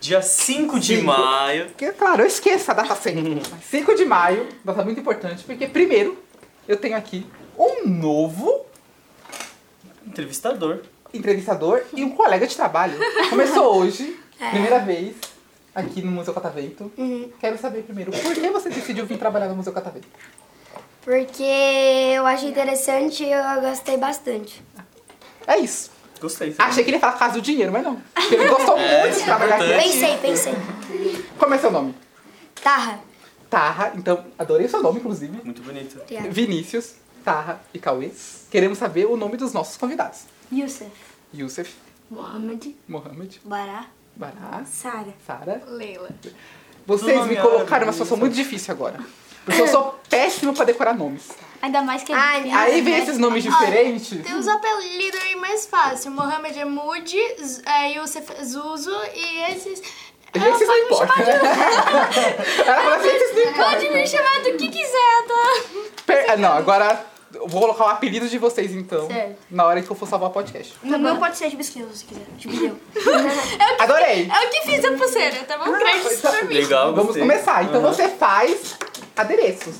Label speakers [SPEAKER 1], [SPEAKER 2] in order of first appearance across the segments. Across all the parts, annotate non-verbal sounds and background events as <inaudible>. [SPEAKER 1] Dia 5 de
[SPEAKER 2] Cinco.
[SPEAKER 1] maio.
[SPEAKER 2] Porque, claro, eu esqueço a data sempre. Mas 5 de maio, data muito importante, porque primeiro eu tenho aqui um novo
[SPEAKER 1] Entrevistador.
[SPEAKER 2] entrevistador e um colega de trabalho. Começou hoje, primeira vez, aqui no Museu Catavento. Quero saber primeiro, por que você decidiu vir trabalhar no Museu Catavento?
[SPEAKER 3] Porque eu acho interessante e eu gostei bastante.
[SPEAKER 2] É isso.
[SPEAKER 1] Gostei. tá?
[SPEAKER 2] Achei que ele ia falar por causa do dinheiro, mas não. Porque ele gostou muito de trabalhar aqui.
[SPEAKER 3] Pensei, pensei.
[SPEAKER 2] Como é seu nome?
[SPEAKER 3] Tarra.
[SPEAKER 2] Tarra, então, adorei o seu nome, inclusive.
[SPEAKER 1] Muito bonito.
[SPEAKER 3] Obrigada.
[SPEAKER 2] Vinícius, Tarra e Cauê. Queremos saber o nome dos nossos convidados.
[SPEAKER 4] Youssef.
[SPEAKER 2] Youssef,
[SPEAKER 4] Mohamed.
[SPEAKER 2] Mohamed,
[SPEAKER 3] Bará.
[SPEAKER 2] Bará,
[SPEAKER 3] Sara.
[SPEAKER 2] Sara.
[SPEAKER 4] Leila.
[SPEAKER 2] Vocês
[SPEAKER 1] Tudo
[SPEAKER 2] me
[SPEAKER 1] nomeado,
[SPEAKER 2] colocaram numa situação
[SPEAKER 1] Vinícius.
[SPEAKER 2] muito difícil agora. Porque eu
[SPEAKER 5] <laughs>
[SPEAKER 2] sou péssimo pra decorar nomes.
[SPEAKER 4] Ainda mais que é
[SPEAKER 3] Ai,
[SPEAKER 4] difícil,
[SPEAKER 2] Aí vem
[SPEAKER 4] né?
[SPEAKER 2] esses nomes diferentes.
[SPEAKER 5] Ah, Tem os apelidos aí mais fácil. Mohamed é Moody, Z- é Youssef Zuzu e esses. Ela
[SPEAKER 2] Esses é não importa. <laughs> Ela falou assim, esses não importam.
[SPEAKER 5] Pode me chamar do que quiser, tá?
[SPEAKER 2] Per- ah, Não, agora eu vou colocar o apelido de vocês, então.
[SPEAKER 5] Certo.
[SPEAKER 2] Na hora que eu for salvar o podcast.
[SPEAKER 5] Tá
[SPEAKER 3] O meu pode ser de biscoito, se quiser. De biscoito.
[SPEAKER 2] Adorei!
[SPEAKER 5] É o que fiz a pulseira, tá bom? Créditos pra mim.
[SPEAKER 1] Legal,
[SPEAKER 2] Vamos
[SPEAKER 1] gostei.
[SPEAKER 2] começar. Então
[SPEAKER 1] Aham.
[SPEAKER 2] você faz adereços.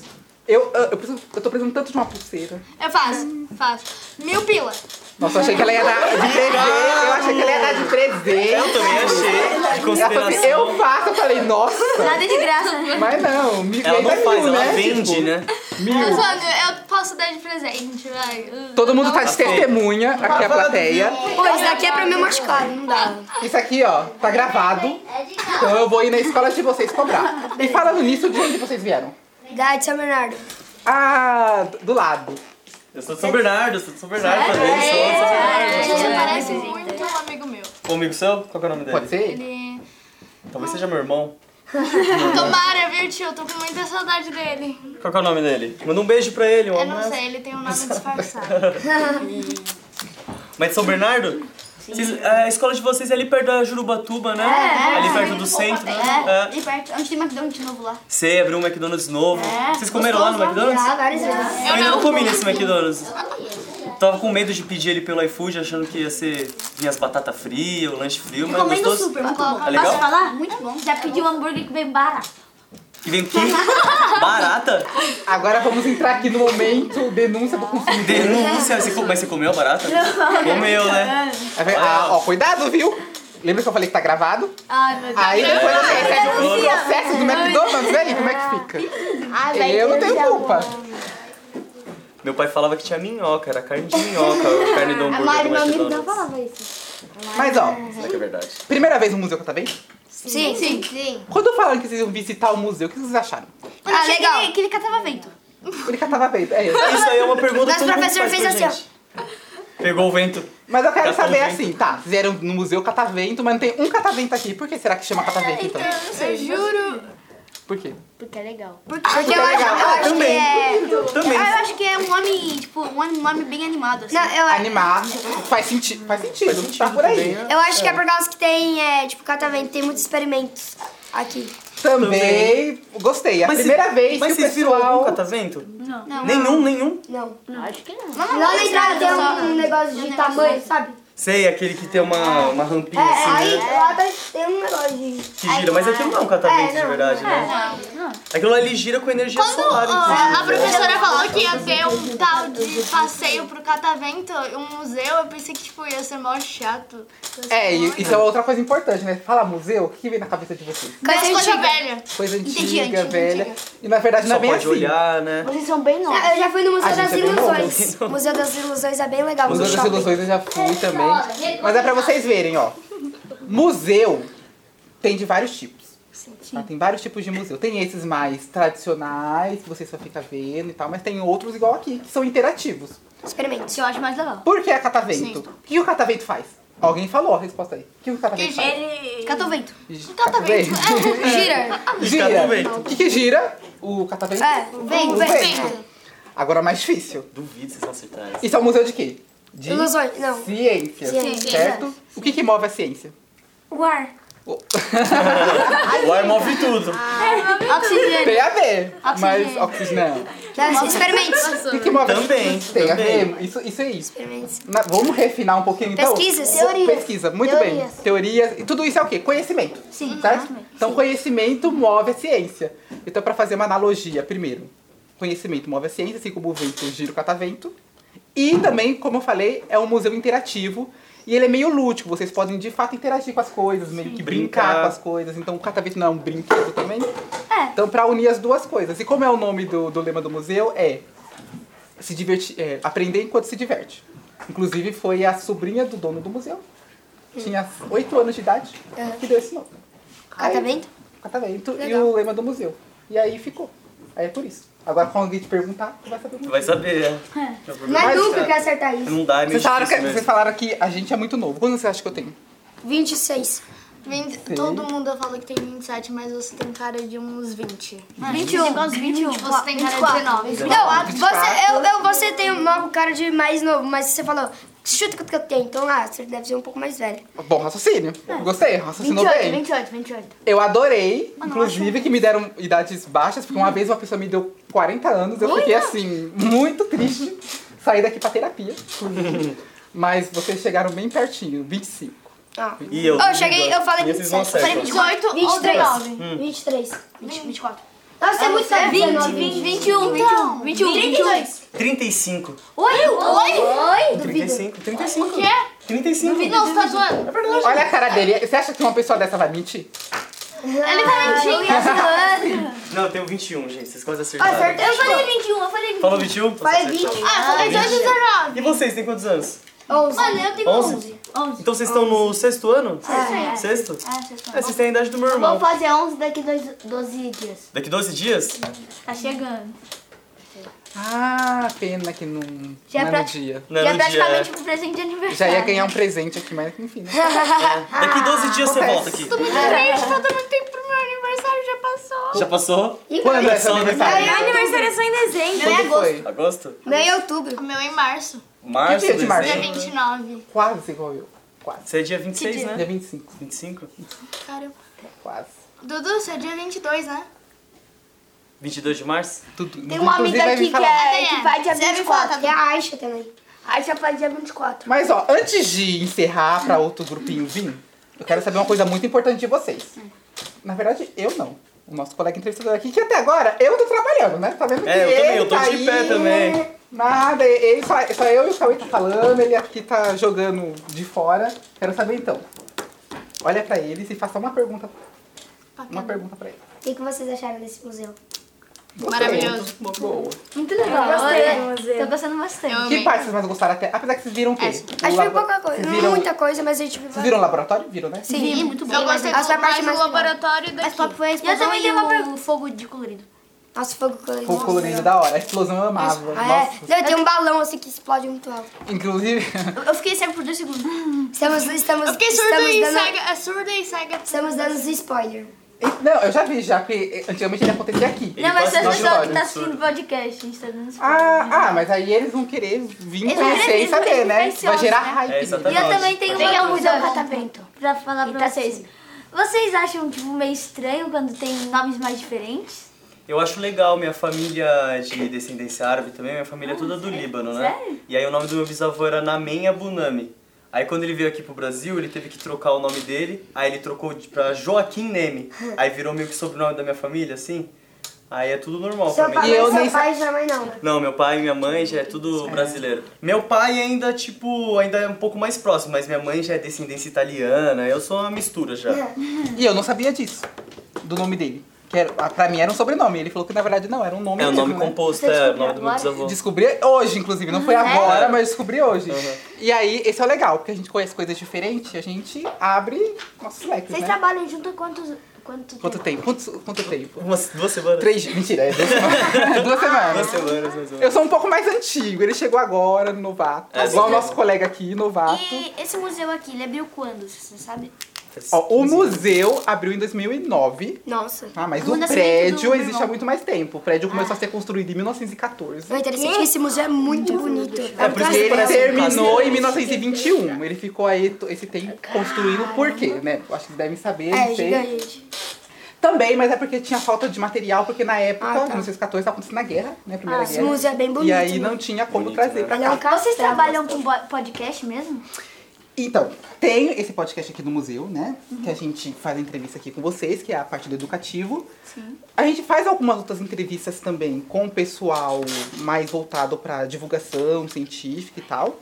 [SPEAKER 2] Eu, eu, eu, preciso- eu tô precisando tanto de uma pulseira.
[SPEAKER 5] É fácil, fácil. Mil pila.
[SPEAKER 2] Nossa, eu achei que ela ia dar de presente. Eu achei que ela ia dar de
[SPEAKER 1] Eu
[SPEAKER 2] presente.
[SPEAKER 1] também achei. De
[SPEAKER 2] Ela falou assim,
[SPEAKER 1] consideração.
[SPEAKER 2] eu faço. Eu falei, nossa.
[SPEAKER 3] Nada de graça.
[SPEAKER 2] Mas não, mil
[SPEAKER 1] Ela
[SPEAKER 2] ainda é
[SPEAKER 1] não faz,
[SPEAKER 2] mil,
[SPEAKER 1] ela
[SPEAKER 2] né?
[SPEAKER 1] vende,
[SPEAKER 2] Tipo,
[SPEAKER 1] né?
[SPEAKER 2] Mil.
[SPEAKER 5] Mano, eu posso dar de presente, vai.
[SPEAKER 2] Todo mundo tá de
[SPEAKER 1] feio.
[SPEAKER 2] testemunha, aqui a plateia.
[SPEAKER 3] Pô, isso daqui é pra meu machucado, não dá.
[SPEAKER 2] Isso aqui, ó, tá gravado. Então eu vou ir na escola de vocês cobrar. E falando nisso, de onde vocês vieram?
[SPEAKER 3] Dá de São Bernardo.
[SPEAKER 2] Ah, do lado.
[SPEAKER 1] Eu sou de São Bernardo, eu sou de São Bernardo também. Sou de
[SPEAKER 2] É.
[SPEAKER 1] São
[SPEAKER 5] É, A
[SPEAKER 1] Bernardo.
[SPEAKER 5] gente parece muito um amigo meu.
[SPEAKER 1] Ô, amigo seu, qual que é o nome dele?
[SPEAKER 2] Pode ser?
[SPEAKER 5] Ele.
[SPEAKER 1] Talvez seja meu irmão.
[SPEAKER 5] Tomara, viu, tio? Eu Tô com muita saudade dele.
[SPEAKER 1] Qual que é o nome dele? Manda um beijo pra ele. Um
[SPEAKER 5] Eu não
[SPEAKER 1] abraço.
[SPEAKER 5] sei, ele tem um nome
[SPEAKER 2] <laughs>
[SPEAKER 5] disfarçado.
[SPEAKER 1] Mas é de São Bernardo? Vocês- a escola de vocês é ali perto da Jurubatuba, né? É, ali perto do centro. né? É.
[SPEAKER 3] E perto, onde tem
[SPEAKER 5] um
[SPEAKER 3] McDonald's de novo lá.
[SPEAKER 1] Você abriu um McDonald's novo. Vocês comeram lá no McDonald's?
[SPEAKER 3] Já, várias vezes.
[SPEAKER 1] Eu ainda não comi nesse McDonald's. Tava com medo de pedir ele pelo iFood, achando que ia ser vinha as batatas frias, o lanche frio, mas
[SPEAKER 4] Comendo
[SPEAKER 1] gostoso.
[SPEAKER 4] super, muito
[SPEAKER 5] Ah,
[SPEAKER 4] bom.
[SPEAKER 1] É legal?
[SPEAKER 4] Posso falar?
[SPEAKER 3] Muito bom.
[SPEAKER 4] Já pedi um hambúrguer que vem barato.
[SPEAKER 1] E vem que barata?
[SPEAKER 2] Agora vamos entrar aqui no momento denúncia do consumidor.
[SPEAKER 1] Denúncia. Você co- Mas você comeu a barata? Comeu, né?
[SPEAKER 2] É ver- Ah, ó, cuidado, viu? Lembra que eu falei que tá gravado?
[SPEAKER 5] Ai, meu Deus.
[SPEAKER 2] Aí depois você recebe o processo do McDonald's, velho, como é que fica?
[SPEAKER 1] Ah,
[SPEAKER 2] Eu não tenho culpa.
[SPEAKER 1] Meu pai falava que tinha minhoca, era carne de minhoca, a carne do hambúrguer
[SPEAKER 3] Mário,
[SPEAKER 1] do
[SPEAKER 3] meu amigo, não
[SPEAKER 1] McDonald's.
[SPEAKER 3] falava isso.
[SPEAKER 2] Mas ó,
[SPEAKER 1] Será que é verdade?
[SPEAKER 2] primeira vez no museu que eu também?
[SPEAKER 3] Sim, sim. sim.
[SPEAKER 2] Quando falaram que vocês iam visitar o museu, o que vocês acharam?
[SPEAKER 3] Ah, legal.
[SPEAKER 4] Que ele catava vento.
[SPEAKER 2] Ele catava peito, é isso.
[SPEAKER 1] Isso aí é uma pergunta
[SPEAKER 3] Mas
[SPEAKER 1] que todo
[SPEAKER 3] o
[SPEAKER 1] mundo
[SPEAKER 3] professor
[SPEAKER 1] faz pra
[SPEAKER 3] fez assim,
[SPEAKER 1] gente. Pegou o vento.
[SPEAKER 2] Mas eu quero
[SPEAKER 1] Catavento.
[SPEAKER 2] saber assim,
[SPEAKER 1] então.
[SPEAKER 2] tá, fizeram no museu catavento, mas não tem um catavento aqui. Por que será que chama catavento então?
[SPEAKER 5] Eu juro.
[SPEAKER 2] Por quê?
[SPEAKER 4] Porque é legal.
[SPEAKER 3] Porque, eu acho, eu
[SPEAKER 2] Ah,
[SPEAKER 3] acho que
[SPEAKER 1] também.
[SPEAKER 3] é...
[SPEAKER 1] Também.
[SPEAKER 4] Eu acho que é um homem, tipo, um homem, um homem bem animado, assim.
[SPEAKER 3] Não, eu,
[SPEAKER 2] Animar faz, senti faz sentido,
[SPEAKER 1] Faz sentido
[SPEAKER 2] tá por aí.
[SPEAKER 1] também, né?
[SPEAKER 3] eu acho que é por causa que tem, é, tipo, catavento, tem muitos experimentos aqui.
[SPEAKER 2] Também, gostei. É a
[SPEAKER 1] Mas
[SPEAKER 2] primeira
[SPEAKER 1] se-
[SPEAKER 2] vez
[SPEAKER 1] mas
[SPEAKER 2] que o
[SPEAKER 1] vocês viram algum
[SPEAKER 2] pessoal...
[SPEAKER 1] catavento?
[SPEAKER 4] Não.
[SPEAKER 1] Nenhum, nenhum.
[SPEAKER 3] Não.
[SPEAKER 4] acho que não.
[SPEAKER 3] Lá na entrada tem um, um negócio de
[SPEAKER 4] né?
[SPEAKER 3] tamanho, sabe?
[SPEAKER 1] Sei, aquele que tem uma, uma rampinha
[SPEAKER 3] É,
[SPEAKER 1] assim,
[SPEAKER 3] aí
[SPEAKER 1] né?
[SPEAKER 3] lá tá- tem um negócio de...
[SPEAKER 1] Que gira, mas aquilo não é um catavento
[SPEAKER 3] É, não,
[SPEAKER 1] de verdade, né? Aquilo ali gira com energia solar,
[SPEAKER 5] Ah, a
[SPEAKER 1] inclusive.
[SPEAKER 5] professora falou que ia ter um tal de passeio pro catavento, um museu. Eu pensei que tipo, ia ser mó chato.
[SPEAKER 2] É, e- isso é outra coisa importante, né? Fala museu, o que que vem na cabeça de vocês?
[SPEAKER 5] Mas
[SPEAKER 3] Coisa
[SPEAKER 5] coisa
[SPEAKER 3] antiga.
[SPEAKER 5] velha.
[SPEAKER 2] Coisa
[SPEAKER 3] Entendi,
[SPEAKER 2] antiga,
[SPEAKER 3] antiga,
[SPEAKER 2] velha. E na verdade
[SPEAKER 1] Só
[SPEAKER 2] não é bem
[SPEAKER 1] pode
[SPEAKER 2] assim.
[SPEAKER 1] olhar, né?
[SPEAKER 4] Vocês são bem novos.
[SPEAKER 3] Eu já fui no Museu
[SPEAKER 2] A gente
[SPEAKER 3] das
[SPEAKER 2] é bem
[SPEAKER 3] Ilusões. Museu das Ilusões é bem legal.
[SPEAKER 2] Museu
[SPEAKER 3] no
[SPEAKER 2] das
[SPEAKER 3] shopping.
[SPEAKER 2] Ilusões eu já fui também. Mas é pra vocês verem, ó. Museu tem de vários tipos. tá? Tem vários tipos de museu. Tem esses mais tradicionais, que você só fica vendo e tal, mas tem outros igual aqui, que são interativos.
[SPEAKER 3] Experimentos.
[SPEAKER 4] Isso eu acho mais legal.
[SPEAKER 2] Por que a catavento? O que o catavento faz? Alguém falou a resposta aí. O que o catavento faz?
[SPEAKER 5] Ele.
[SPEAKER 4] Catou vento.
[SPEAKER 2] Catavento. <laughs>
[SPEAKER 3] Gira.
[SPEAKER 2] gira.
[SPEAKER 1] Catavento.
[SPEAKER 2] O que, que gira? O catavento?
[SPEAKER 3] É,
[SPEAKER 2] O
[SPEAKER 3] vento,
[SPEAKER 2] vento.
[SPEAKER 3] vento.
[SPEAKER 2] Agora mais difícil.
[SPEAKER 1] Duvido vocês vão acertar essa.
[SPEAKER 2] Isso é um museu de quê? De
[SPEAKER 3] Ilusões, não.
[SPEAKER 2] ciência,
[SPEAKER 3] Ciência.
[SPEAKER 2] certo? O que, que move a ciência?
[SPEAKER 3] O ar. Ah,
[SPEAKER 1] O ar move tudo.
[SPEAKER 4] Oxigênio.
[SPEAKER 3] É.
[SPEAKER 2] Tem a ver, mas
[SPEAKER 4] Oxigênio.
[SPEAKER 2] oxigênio.
[SPEAKER 3] Não, experimente.
[SPEAKER 2] O que move?
[SPEAKER 1] Também,
[SPEAKER 2] Tem a
[SPEAKER 1] também.
[SPEAKER 2] ver, isso, isso é isso.
[SPEAKER 3] Experimente.
[SPEAKER 2] Na- vamos refinar um pouquinho então?
[SPEAKER 3] Pesquisas.
[SPEAKER 2] Vou-
[SPEAKER 3] Teorias.
[SPEAKER 2] Pesquisa, muito
[SPEAKER 3] Teorias.
[SPEAKER 2] bem. Teorias. E tudo isso é o quê? Conhecimento. Sim. Certo? Então, conhecimento move a ciência. Então, para fazer uma analogia, primeiro, conhecimento move a ciência, assim como o vento gira o catavento. E também, como eu falei, é um museu interativo. E ele é meio lúdico, vocês podem de fato interagir com as coisas, meio que brincar.
[SPEAKER 1] Brincar.
[SPEAKER 2] com as coisas. Então, o catavento não é um brinquedo também.
[SPEAKER 3] É.
[SPEAKER 2] Então, para unir as duas coisas. E como é o nome do, do lema do museu, é se divertir, é, aprender enquanto se diverte. Inclusive foi a sobrinha do dono do museu. Tinha 8 anos de idade que deu esse nome. Aí-
[SPEAKER 3] É. Catavento?
[SPEAKER 2] Catavento e
[SPEAKER 3] Legal.
[SPEAKER 2] o lema do museu. E aí ficou. Aí é por isso. Agora quando alguém te perguntar, tu vai saber muito.
[SPEAKER 1] Vai saber, é.
[SPEAKER 3] Não é dúvida
[SPEAKER 1] tá.
[SPEAKER 3] que acertar isso.
[SPEAKER 1] Não dá, é meio
[SPEAKER 2] Vocês falaram, que,
[SPEAKER 1] difícil
[SPEAKER 2] vocês
[SPEAKER 1] mesmo.
[SPEAKER 2] falaram que a gente é muito novo. Quando você acha que eu tenho?
[SPEAKER 3] 26.
[SPEAKER 5] Vinte- Todo mundo fala que tem 27, mas você tem cara de uns 20.
[SPEAKER 4] 21. Igual aos 21.
[SPEAKER 5] Você tem cara de 19.
[SPEAKER 3] Não, você, eu, eu, você tem um, uma cara de mais novo, mas você falou, chuta quanto que eu tenho. Então, ah, você deve ser um pouco mais velho.
[SPEAKER 2] Bom raciocínio.
[SPEAKER 3] É.
[SPEAKER 2] Gostei, raciocinou
[SPEAKER 4] 28,
[SPEAKER 2] bem.
[SPEAKER 4] 28, 28.
[SPEAKER 2] Eu adorei, inclusive, que me deram idades baixas, porque uma vez uma pessoa me deu 40 anos, eu fiquei assim, muito triste. Saí daqui pra <laughs> terapia, inclusive. Mas vocês chegaram bem pertinho, 25.
[SPEAKER 3] Ah.
[SPEAKER 1] E eu?
[SPEAKER 3] Ó, eu cheguei, eu falei
[SPEAKER 1] E vocês não
[SPEAKER 3] 27. Eu falei
[SPEAKER 1] acertam.
[SPEAKER 5] 18 ou 19.
[SPEAKER 1] Hum.
[SPEAKER 3] 23.
[SPEAKER 4] 24.
[SPEAKER 3] Nossa, você é muito velho.
[SPEAKER 4] 20, 20, 21,
[SPEAKER 5] então.
[SPEAKER 4] 21, 21, 22.
[SPEAKER 1] 35.
[SPEAKER 4] Oi, oi.
[SPEAKER 1] 35. 35.
[SPEAKER 5] O quê?
[SPEAKER 1] 35.
[SPEAKER 5] Não, você tá zoando?
[SPEAKER 2] Olha a cara dele, você acha que uma pessoa dessa vai mentir?
[SPEAKER 5] Ele tá mentindo.
[SPEAKER 1] Não, um eu tenho 21, gente. Vocês quase acertaram.
[SPEAKER 3] Ah, Acertei. Eu falei 20.
[SPEAKER 5] um,
[SPEAKER 1] Falou 21?
[SPEAKER 3] Falei
[SPEAKER 1] Vocês
[SPEAKER 3] 20.
[SPEAKER 1] acertaram.
[SPEAKER 5] Ah, falei 18 ou 19.
[SPEAKER 1] Então E vocês, têm quantos anos?
[SPEAKER 3] 11.
[SPEAKER 5] Mano, eu tenho
[SPEAKER 1] 11?
[SPEAKER 5] 11.
[SPEAKER 1] Então vocês estão no sexto ano?
[SPEAKER 4] É.
[SPEAKER 1] Sexto?
[SPEAKER 4] Ah, vocês estão-
[SPEAKER 1] É, vocês têm a idade do meu irmão.
[SPEAKER 4] Vou fazer 11 daqui dois- 12 dias.
[SPEAKER 1] Daqui 12 dias?
[SPEAKER 4] Tá chegando.
[SPEAKER 2] Ah, pena que não, não
[SPEAKER 4] Já
[SPEAKER 2] é no
[SPEAKER 4] pra-
[SPEAKER 2] dia.
[SPEAKER 1] Não é
[SPEAKER 4] e é
[SPEAKER 1] no dia,
[SPEAKER 4] praticamente
[SPEAKER 1] é.
[SPEAKER 4] um presente de aniversário.
[SPEAKER 2] Já
[SPEAKER 6] Tá.
[SPEAKER 2] ia ganhar um presente aqui, mas enfim. né?
[SPEAKER 6] é
[SPEAKER 1] é. Daqui 12 dias você volta
[SPEAKER 2] acontece.
[SPEAKER 1] aqui.
[SPEAKER 5] Gente, tá dando tempo pro meu aniversário, já passou.
[SPEAKER 1] Já passou?
[SPEAKER 2] Quando é seu
[SPEAKER 1] Só
[SPEAKER 2] aniversário?
[SPEAKER 6] Meu aniversário é só em dezembro.
[SPEAKER 2] Quando foi?
[SPEAKER 1] Agosto?
[SPEAKER 3] Meu é outubro.
[SPEAKER 5] O meu é em março.
[SPEAKER 1] Março,
[SPEAKER 2] Que dia de março?
[SPEAKER 5] Dia
[SPEAKER 1] dezembro.
[SPEAKER 5] 29.
[SPEAKER 2] Quase igual eu. Quase.
[SPEAKER 1] Você é dia 26,
[SPEAKER 2] Dia
[SPEAKER 1] né?
[SPEAKER 2] 25,
[SPEAKER 1] 25?
[SPEAKER 5] Caramba.
[SPEAKER 2] quase.
[SPEAKER 5] Dudu, você é dia 22, né?
[SPEAKER 1] 22 de março?
[SPEAKER 2] Tudo.
[SPEAKER 6] Tem uma
[SPEAKER 2] Inclusive,
[SPEAKER 6] amiga
[SPEAKER 2] vai me
[SPEAKER 6] aqui que,
[SPEAKER 2] falar.
[SPEAKER 6] é, que vai dia
[SPEAKER 5] Você me fala,
[SPEAKER 6] 24.
[SPEAKER 5] tá
[SPEAKER 3] E é a Aisha também.
[SPEAKER 6] Aí já faz dia 24.
[SPEAKER 2] Mas ó, antes de encerrar pra outro grupinho vir, eu quero saber uma coisa muito importante de vocês.
[SPEAKER 3] Hum.
[SPEAKER 2] Na verdade, eu não. O nosso colega entrevistador aqui, que até agora eu tô trabalhando, né? Tá vendo que
[SPEAKER 1] É, eu
[SPEAKER 2] ele
[SPEAKER 1] também, eu tô
[SPEAKER 2] tá
[SPEAKER 1] de pé
[SPEAKER 2] aí,
[SPEAKER 1] também.
[SPEAKER 2] Nada, ele só, só eu e o Cauê tá falando, ele aqui tá jogando de fora. Quero saber então. Olha pra eles e faça uma pergunta. Uma pergunta pra ele.
[SPEAKER 3] O que, que vocês acharam desse museu?
[SPEAKER 5] Maravilhoso.
[SPEAKER 2] Boa.
[SPEAKER 4] Muito legal.
[SPEAKER 6] Eu gostei
[SPEAKER 4] olha.
[SPEAKER 6] do museu.
[SPEAKER 4] Tô gostando bastante.
[SPEAKER 5] Eu
[SPEAKER 2] Que
[SPEAKER 5] amei.
[SPEAKER 2] parte vocês mais gostaram até? Apesar que vocês viram o quê?
[SPEAKER 5] Essa.
[SPEAKER 2] O
[SPEAKER 3] É, Acho que foi
[SPEAKER 2] labo-
[SPEAKER 3] pouca coisa.
[SPEAKER 2] Vocês
[SPEAKER 3] Não
[SPEAKER 2] viram,
[SPEAKER 3] muita coisa, mas a gente viu.
[SPEAKER 2] Vocês viram o laboratório? Viram, né?
[SPEAKER 4] Sim, muito bom.
[SPEAKER 5] Eu gostei
[SPEAKER 3] Essa é a parte
[SPEAKER 5] mais
[SPEAKER 3] mais
[SPEAKER 5] do
[SPEAKER 3] legal.
[SPEAKER 5] laboratório
[SPEAKER 4] Mas papo
[SPEAKER 5] daqui.
[SPEAKER 4] foi a
[SPEAKER 5] Eu
[SPEAKER 4] explosão
[SPEAKER 5] também
[SPEAKER 4] e
[SPEAKER 5] tenho uma
[SPEAKER 4] o fogo de colorido.
[SPEAKER 3] Nossa, fogo colorido.
[SPEAKER 2] Fogo colorido da hora. A explosão eu amava.
[SPEAKER 3] Ah,
[SPEAKER 2] Nossa.
[SPEAKER 3] é. Não, Tem um balão assim que explode muito alto.
[SPEAKER 2] Inclusive, <laughs>
[SPEAKER 4] Eu, eu fiquei cego por dois segundos.
[SPEAKER 3] Estamos, estamos,
[SPEAKER 5] Eu fiquei surda
[SPEAKER 3] estamos,
[SPEAKER 5] e
[SPEAKER 3] dando,
[SPEAKER 5] cega. É surda e cega.
[SPEAKER 3] estamos dando os spoiler.
[SPEAKER 2] não, eu já vi já, porque antigamente ele acontecia aqui.
[SPEAKER 1] Ele
[SPEAKER 4] Não, mas
[SPEAKER 1] quase
[SPEAKER 4] são as
[SPEAKER 1] nasceu
[SPEAKER 4] pessoas que
[SPEAKER 1] no surdo.
[SPEAKER 4] tá assistindo o podcast. A gente tá dando spoiler.
[SPEAKER 2] Ah, ah, mas aí eles vão querer vir
[SPEAKER 4] Eles vão
[SPEAKER 2] conhecer
[SPEAKER 4] querer
[SPEAKER 2] e saber,
[SPEAKER 4] vir
[SPEAKER 2] né? Vai
[SPEAKER 4] ansiosos,
[SPEAKER 2] gerar
[SPEAKER 4] né?
[SPEAKER 2] hype.
[SPEAKER 1] É,
[SPEAKER 2] nele.
[SPEAKER 1] exatamente.
[SPEAKER 4] E eu um também tenho
[SPEAKER 6] Tem
[SPEAKER 4] uma
[SPEAKER 6] o Museu
[SPEAKER 4] coisa
[SPEAKER 6] Catavento.
[SPEAKER 4] pra falar pra
[SPEAKER 6] Eita,
[SPEAKER 4] vocês.
[SPEAKER 6] sim.
[SPEAKER 4] Vocês acham, tipo, meio estranho quando tem nomes mais diferentes?
[SPEAKER 1] Eu acho legal, minha família é de descendência árabe também, minha família é toda do Líbano, né?
[SPEAKER 4] Ah, Sério?
[SPEAKER 1] E aí o nome do meu bisavô era Namen Abunami. Aí quando ele veio aqui pro Brasil, ele teve que trocar o nome dele, aí ele trocou de- pra Joaquim Neme. Aí virou meio que sobrenome da minha família, assim. Aí é tudo normal
[SPEAKER 3] Seu
[SPEAKER 1] pra mim.
[SPEAKER 3] pai,
[SPEAKER 2] E
[SPEAKER 4] assim?
[SPEAKER 2] eu nem
[SPEAKER 3] seu
[SPEAKER 2] sa-
[SPEAKER 3] pai e sua mãe não. né?
[SPEAKER 1] Não, meu pai e minha mãe já é tudo brasileiro. Meu pai ainda, tipo, ainda é um pouco mais próximo, mas minha mãe já é descendência italiana, eu sou uma mistura já.
[SPEAKER 4] É.
[SPEAKER 2] E eu não sabia disso, do nome dele. Que era, ah, pra mim era um sobrenome. Ele falou que na verdade não, era um nome
[SPEAKER 1] É o
[SPEAKER 2] mesmo,
[SPEAKER 1] nome
[SPEAKER 2] né?
[SPEAKER 1] composto,
[SPEAKER 4] Você
[SPEAKER 1] é o
[SPEAKER 4] descobriu
[SPEAKER 1] nome do meu
[SPEAKER 4] agora?
[SPEAKER 1] bisavô.
[SPEAKER 2] Descobri hoje, inclusive, não
[SPEAKER 4] Uhum.
[SPEAKER 2] foi agora, mas descobri hoje.
[SPEAKER 1] É. Uhum.
[SPEAKER 2] E aí, esse é o legal, porque a gente conhece coisas diferentes, a gente abre nossos leques,
[SPEAKER 4] Vocês
[SPEAKER 2] né?
[SPEAKER 4] trabalham junto há quantos, quanto
[SPEAKER 2] Quanto tempo? Quanto, quanto tempo?
[SPEAKER 1] Umas duas semanas.
[SPEAKER 2] Três dias. Mentira, é duas semanas. <laughs> duas
[SPEAKER 1] Duas semanas,
[SPEAKER 2] semanas.
[SPEAKER 1] mais ou menos.
[SPEAKER 2] Eu sou um pouco mais antigo, ele chegou agora, novato.
[SPEAKER 1] É,
[SPEAKER 2] igual o
[SPEAKER 1] sim.
[SPEAKER 2] nosso colega aqui, novato.
[SPEAKER 4] E esse museu aqui, ele abriu quando, você sabe?
[SPEAKER 2] Ó, o museu abriu em 2009.
[SPEAKER 3] Nossa.
[SPEAKER 2] Ah, mas
[SPEAKER 4] No
[SPEAKER 2] o
[SPEAKER 4] nascimento do
[SPEAKER 2] prédio
[SPEAKER 4] meu
[SPEAKER 2] existe
[SPEAKER 4] irmão.
[SPEAKER 2] há muito mais tempo. O prédio
[SPEAKER 3] Ah.
[SPEAKER 2] começou a ser construído em 1914.
[SPEAKER 3] O interessante é que esse museu é muito bonito.
[SPEAKER 1] É por isso que
[SPEAKER 2] Ele
[SPEAKER 1] parece um
[SPEAKER 2] terminou
[SPEAKER 1] castelo.
[SPEAKER 2] em 1921. Ele ficou aí to- esse tempo construindo por quê, né? Eu Acho que devem saber.
[SPEAKER 3] É,
[SPEAKER 2] não sei.
[SPEAKER 3] gigante.
[SPEAKER 2] Também, mas é porque tinha falta de material, porque na época,
[SPEAKER 3] Ah, tá.
[SPEAKER 2] em 1914, estava acontecendo a guerra, né? Primeira
[SPEAKER 3] Esse
[SPEAKER 2] guerra.
[SPEAKER 3] museu é bem bonito.
[SPEAKER 2] E aí
[SPEAKER 3] né?
[SPEAKER 2] não tinha como
[SPEAKER 1] Bonito,
[SPEAKER 2] trazer
[SPEAKER 1] né?
[SPEAKER 2] pra
[SPEAKER 3] Ele é um
[SPEAKER 2] cá.
[SPEAKER 3] castelo.
[SPEAKER 4] Vocês trabalham com bo- podcast mesmo?
[SPEAKER 2] Então, tem esse podcast aqui do museu, né? Que a gente faz a entrevista aqui com vocês, que é a parte do educativo. Sim. A gente faz algumas outras entrevistas também com o pessoal mais voltado pra divulgação científica e tal.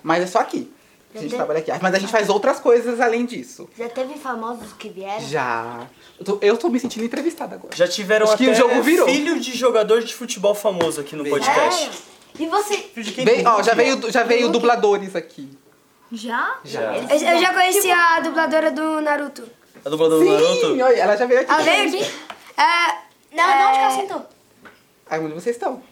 [SPEAKER 2] Mas é só aqui. A gente trabalha aqui. Mas a gente faz outras coisas além disso.
[SPEAKER 4] Já teve famosos que
[SPEAKER 5] É.
[SPEAKER 4] vieram?
[SPEAKER 2] Já. Eu tô, eu tô me sentindo entrevistada agora.
[SPEAKER 1] Já tiveram
[SPEAKER 2] Acho que
[SPEAKER 1] até
[SPEAKER 2] o jogo virou.
[SPEAKER 1] filho de jogador de futebol famoso aqui no podcast.
[SPEAKER 4] Sério? E você.
[SPEAKER 1] Filho de quem?
[SPEAKER 2] Veio, ó, já veio, já veio dubladores aqui.
[SPEAKER 4] Já?
[SPEAKER 1] Já.
[SPEAKER 4] Eles
[SPEAKER 3] Eu, eu já
[SPEAKER 4] fizeram-
[SPEAKER 3] conheci a dubladora do Naruto.
[SPEAKER 1] A dubladora do
[SPEAKER 2] Sim,
[SPEAKER 1] Naruto?
[SPEAKER 2] olha, ela já veio aqui.
[SPEAKER 3] Ela veio aqui? É...
[SPEAKER 4] Não, não, onde que ela sentou?
[SPEAKER 2] Aí onde vocês estão?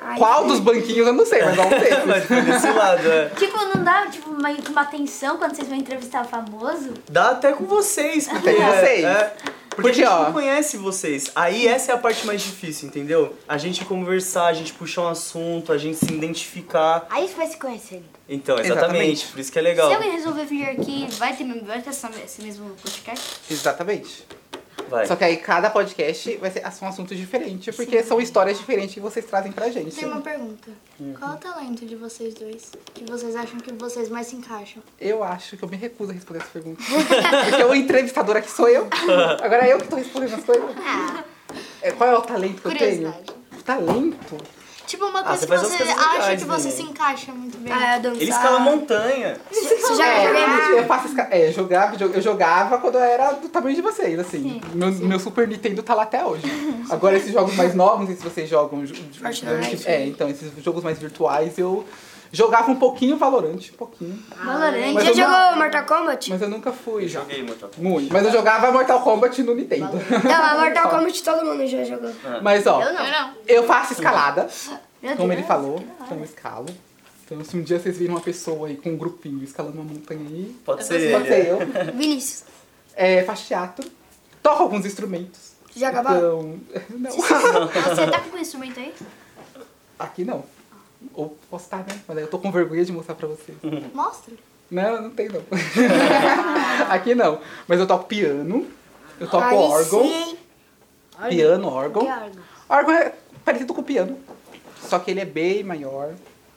[SPEAKER 3] Ai,
[SPEAKER 2] Qual dos banquinhos eu não sei, mas vamos
[SPEAKER 1] <laughs> Mas
[SPEAKER 2] ver.
[SPEAKER 1] foi desse lado, é.
[SPEAKER 4] Tipo, não dá tipo, uma, uma atenção quando vocês vão entrevistar famoso?
[SPEAKER 1] Dá até com vocês, porque.
[SPEAKER 2] Até com vocês.
[SPEAKER 1] é, porque
[SPEAKER 2] Porque,
[SPEAKER 1] a gente
[SPEAKER 2] ó.
[SPEAKER 1] não conhece vocês. Aí essa é a parte mais difícil, entendeu? A gente conversar, a gente puxar um assunto, a gente se identificar.
[SPEAKER 4] Aí você vai se conhecendo.
[SPEAKER 1] Então, exatamente,
[SPEAKER 2] Exatamente.
[SPEAKER 1] por isso que é legal.
[SPEAKER 7] Se alguém resolver vir aqui, vai ter, vai ter essa- esse mesmo podcast?
[SPEAKER 2] Exatamente.
[SPEAKER 1] Vai.
[SPEAKER 2] Só que aí cada podcast vai ser são assuntos diferentes, porque são histórias diferentes que vocês trazem pra gente.
[SPEAKER 5] Tem uma pergunta. Qual o talento de vocês dois? Que vocês acham que vocês mais se encaixam?
[SPEAKER 2] Eu acho que eu me recuso a responder essa pergunta. <laughs> porque o entrevistador aqui sou eu. Agora é eu que tô respondendo as coisas. É, qual é o talento que eu tenho? O talento?
[SPEAKER 5] Tipo, uma
[SPEAKER 1] Ah, você
[SPEAKER 5] coisa que
[SPEAKER 1] faz umas
[SPEAKER 5] você
[SPEAKER 1] coisas
[SPEAKER 5] acha
[SPEAKER 1] legais,
[SPEAKER 5] que você
[SPEAKER 1] né?
[SPEAKER 5] se encaixa muito bem.
[SPEAKER 3] Ah, dançar.
[SPEAKER 1] Ele escala montanha.
[SPEAKER 3] Você já
[SPEAKER 2] É,
[SPEAKER 3] jogou
[SPEAKER 2] eu- eu faço esca- é, jogava, jo- eu jogava quando eu era do tamanho de vocês, assim. meu, meu Super Nintendo tá lá até hoje. Agora esses jogos mais novos, não sei se vocês jogam. jo- jo-
[SPEAKER 3] Fortnite.
[SPEAKER 2] É, então, esses jogos mais virtuais eu jogava um pouquinho Valorante, um pouquinho.
[SPEAKER 4] Valorante.
[SPEAKER 2] Mas
[SPEAKER 3] Já
[SPEAKER 2] eu não-
[SPEAKER 3] jogou Mortal Kombat?
[SPEAKER 2] Mas eu nunca fui.
[SPEAKER 1] Eu joguei, Mortal.
[SPEAKER 2] Muito. Mas eu jogava Mortal Kombat no Nintendo.
[SPEAKER 3] Não, a
[SPEAKER 2] Tá.
[SPEAKER 3] Mortal Kombat todo mundo já jogou.
[SPEAKER 2] Mas ó,
[SPEAKER 5] Eu não.
[SPEAKER 2] eu faço escalada,
[SPEAKER 4] Meu
[SPEAKER 2] como
[SPEAKER 4] Deus.
[SPEAKER 2] ele falou, então eu escalo. Então se um dia vocês virem uma pessoa aí com um grupinho escalando uma montanha aí,
[SPEAKER 1] Pode ser
[SPEAKER 2] pode
[SPEAKER 1] ele.
[SPEAKER 2] ser eu.
[SPEAKER 3] Vinícius,
[SPEAKER 2] É, faço teatro, toco alguns instrumentos.
[SPEAKER 3] você joga bola?
[SPEAKER 2] Então, <laughs> não.
[SPEAKER 7] Você tá com o instrumento aí?
[SPEAKER 2] Aqui não. Ou posso estar, né? Mas aí eu tô com vergonha de mostrar pra vocês.
[SPEAKER 5] Mostra.
[SPEAKER 2] Né? Não, não tem não. <laughs> Aqui não. Mas eu toco piano, eu toco
[SPEAKER 3] Aí
[SPEAKER 2] órgão.
[SPEAKER 3] sim.
[SPEAKER 2] Piano, órgão.
[SPEAKER 4] Que órgão?
[SPEAKER 2] Órgão é parecido com o piano. Só que ele é bem maior,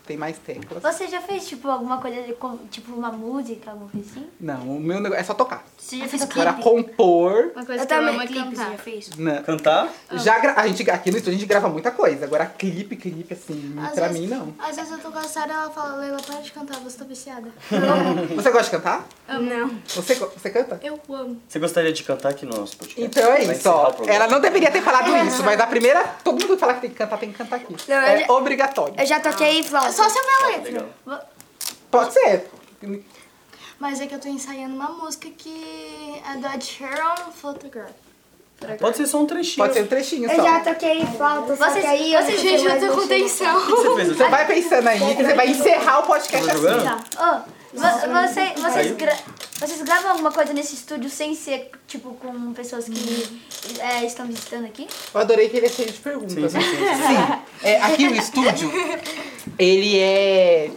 [SPEAKER 2] tem mais teclas.
[SPEAKER 4] Você já fez, tipo, alguma coisa, de com- tipo, uma música, alguma coisa assim?
[SPEAKER 2] Não, o meu negócio é só tocar.
[SPEAKER 7] Você já fez
[SPEAKER 2] Agora compor.
[SPEAKER 5] Uma coisa
[SPEAKER 3] Eu
[SPEAKER 5] que eu
[SPEAKER 3] também,
[SPEAKER 5] amo é
[SPEAKER 7] clipe? Você
[SPEAKER 5] cantar.
[SPEAKER 4] Tá.
[SPEAKER 7] já fez? isso?
[SPEAKER 2] Não.
[SPEAKER 1] Cantar?
[SPEAKER 2] Já gra- a gente aqui no estúdio a gente grava muita coisa. Agora clipe, clipe assim,
[SPEAKER 5] Às
[SPEAKER 2] pra
[SPEAKER 5] vezes-
[SPEAKER 2] mim
[SPEAKER 5] <laughs>
[SPEAKER 2] não.
[SPEAKER 5] Às vezes eu tô cansada e ela fala, Leila, para de cantar, você tá viciada.
[SPEAKER 2] Você gosta de cantar?
[SPEAKER 3] Não.
[SPEAKER 2] Você go- você canta?
[SPEAKER 5] Eu amo.
[SPEAKER 1] Você gostaria de cantar aqui no nosso podcast?
[SPEAKER 2] Então é
[SPEAKER 1] Vai
[SPEAKER 2] isso,
[SPEAKER 1] encerrar o
[SPEAKER 2] ó.
[SPEAKER 1] programa.
[SPEAKER 2] Ela não deveria ter falado isso, mas na primeira, todo mundo que falar que tem que cantar, tem que cantar aqui.
[SPEAKER 3] Não, eu
[SPEAKER 2] é
[SPEAKER 3] já-
[SPEAKER 2] obrigatório.
[SPEAKER 3] Eu já toquei flauta.
[SPEAKER 5] Só se eu ver a letra.
[SPEAKER 1] Legal.
[SPEAKER 2] Pode ser.
[SPEAKER 5] Mas é que eu tô ensaiando uma música que é da Sharon Photograph.
[SPEAKER 1] Pode ser só um trechinho.
[SPEAKER 2] Pode ser um trechinho
[SPEAKER 3] Eu
[SPEAKER 2] só.
[SPEAKER 3] já toquei flauta, só que aí... eu
[SPEAKER 5] Vocês,
[SPEAKER 3] não sei
[SPEAKER 5] gente, eu
[SPEAKER 3] mais um.
[SPEAKER 5] tô com
[SPEAKER 3] mexer.
[SPEAKER 5] tensão.
[SPEAKER 1] O que você fez?
[SPEAKER 2] Você vai pensando aí que você vai encerrar o podcast
[SPEAKER 1] Tá
[SPEAKER 2] assim.
[SPEAKER 1] jogando?
[SPEAKER 4] Tá. Ô, vo- você- vocês, gra- vocês gravam alguma coisa nesse estúdio sem ser, tipo, com pessoas que
[SPEAKER 2] Hum.
[SPEAKER 4] é, estão visitando aqui?
[SPEAKER 2] Eu adorei que ele é cheio de perguntas.
[SPEAKER 1] Sim, sim,
[SPEAKER 2] né?
[SPEAKER 1] sim.
[SPEAKER 2] É, aqui o estúdio, ele é.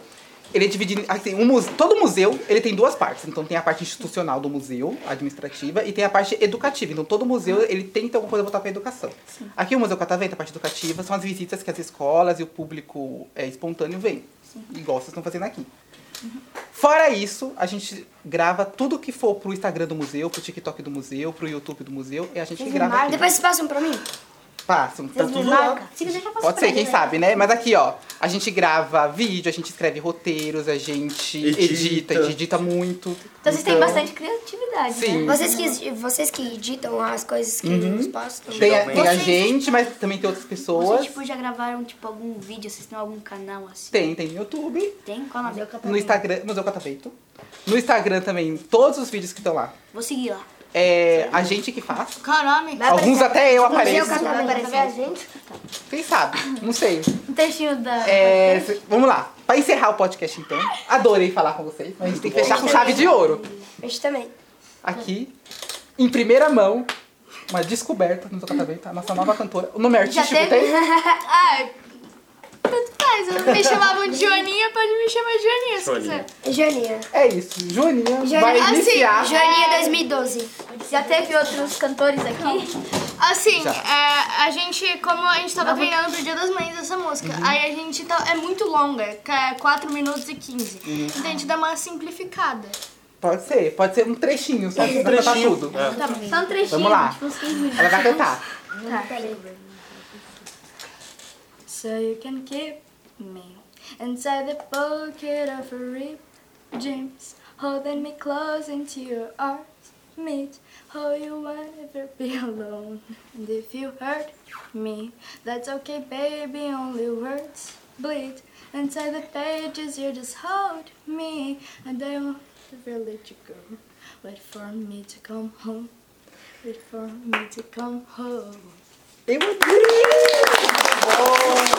[SPEAKER 2] Ele é dividido. em- Assim, um muse- todo museu ele tem duas partes. Então tem a parte institucional do museu, administrativa, e tem a parte educativa. Então todo museu ele tem alguma coisa voltada para a educação. Aqui o Museu Catavento, a parte educativa, são as visitas que as escolas e o público é, espontâneo vem. Igual vocês estão fazendo aqui. Fora isso, a gente grava tudo que for pro Instagram do museu, pro TikTok do museu, pro YouTube do museu, e a gente grava. aqui.
[SPEAKER 3] Depois vocês passam pra mim?
[SPEAKER 2] Passam. Tá tudo
[SPEAKER 4] Marca. Se quiser, já posso
[SPEAKER 2] Pode ser,
[SPEAKER 4] pra
[SPEAKER 2] quem
[SPEAKER 4] ele, né?
[SPEAKER 2] sabe, né? Mas aqui, ó, a gente grava vídeo, a gente escreve roteiros, a gente edita,
[SPEAKER 1] Edita.
[SPEAKER 2] a gente edita muito.
[SPEAKER 4] Então vocês têm bastante criatividade,
[SPEAKER 2] Sim.
[SPEAKER 4] né?
[SPEAKER 3] Vocês que, vocês que editam as coisas que
[SPEAKER 2] Uhum.
[SPEAKER 3] eu posto?
[SPEAKER 2] Tem a,
[SPEAKER 1] Geralmente.
[SPEAKER 2] tem a
[SPEAKER 4] Vocês-
[SPEAKER 2] gente, mas também tem outras pessoas.
[SPEAKER 7] Vocês, tipo, já gravaram, tipo, algum vídeo? Vocês têm algum canal assim?
[SPEAKER 2] Tem, tem no YouTube,
[SPEAKER 7] Tem? Qual o nome?
[SPEAKER 2] no Instagram, Museu Catavento. No Instagram também, todos os vídeos que estão lá.
[SPEAKER 7] Vou seguir lá.
[SPEAKER 2] É a gente que faz.
[SPEAKER 5] Qual o nome?
[SPEAKER 2] Alguns até
[SPEAKER 4] tipo,
[SPEAKER 2] eu
[SPEAKER 4] um
[SPEAKER 3] Museu
[SPEAKER 2] apareço.
[SPEAKER 3] Catavento.
[SPEAKER 4] Vai ver a gente?
[SPEAKER 2] Quem sabe? Não sei.
[SPEAKER 4] Um textinho da...
[SPEAKER 2] É, cê- vamos lá. Pra encerrar o podcast, então. Adorei falar com vocês. mas A gente tem que fechar com chave de ouro.
[SPEAKER 3] A gente também.
[SPEAKER 2] aqui, em primeira mão, uma descoberta no Tocatavento, a tá? nossa nova cantora. O nome artístico tem?
[SPEAKER 5] Ah, tanto faz. eu- Me chamavam de Joaninha, pode me chamar de Joaninha se
[SPEAKER 1] Joaninha.
[SPEAKER 5] quiser.
[SPEAKER 3] Joaninha.
[SPEAKER 2] É isso, Juninha vai
[SPEAKER 5] assim,
[SPEAKER 2] iniciar.
[SPEAKER 3] Joaninha 2012.
[SPEAKER 4] Já teve outros cantores aqui?
[SPEAKER 5] Assim,
[SPEAKER 2] Já.
[SPEAKER 5] é, a gente, como a gente tava treinando pro Dia das Mães essa música, aí a gente tá, é muito longa, é 4 minutos e 15. Então a gente dá uma simplificada.
[SPEAKER 2] Pode ser, pode ser um trechinho só pra
[SPEAKER 1] Um
[SPEAKER 2] cantar
[SPEAKER 1] trechinho.
[SPEAKER 2] tudo.
[SPEAKER 1] É.
[SPEAKER 4] Só um trechinho,
[SPEAKER 2] Vamos lá.
[SPEAKER 4] tipo uns 15 minutos.
[SPEAKER 2] Ela vai cantar.
[SPEAKER 5] So you can keep me inside the pocket of a ripped jeans, holding me close into your arms, meet how you will never be <laughs> alone. And if you hurt me, that's okay, baby. Only words bleed inside the pages. You just hold me, and I won't ever let you go. Wait for me to come home. Wait for me to come home.
[SPEAKER 2] Eu adorei!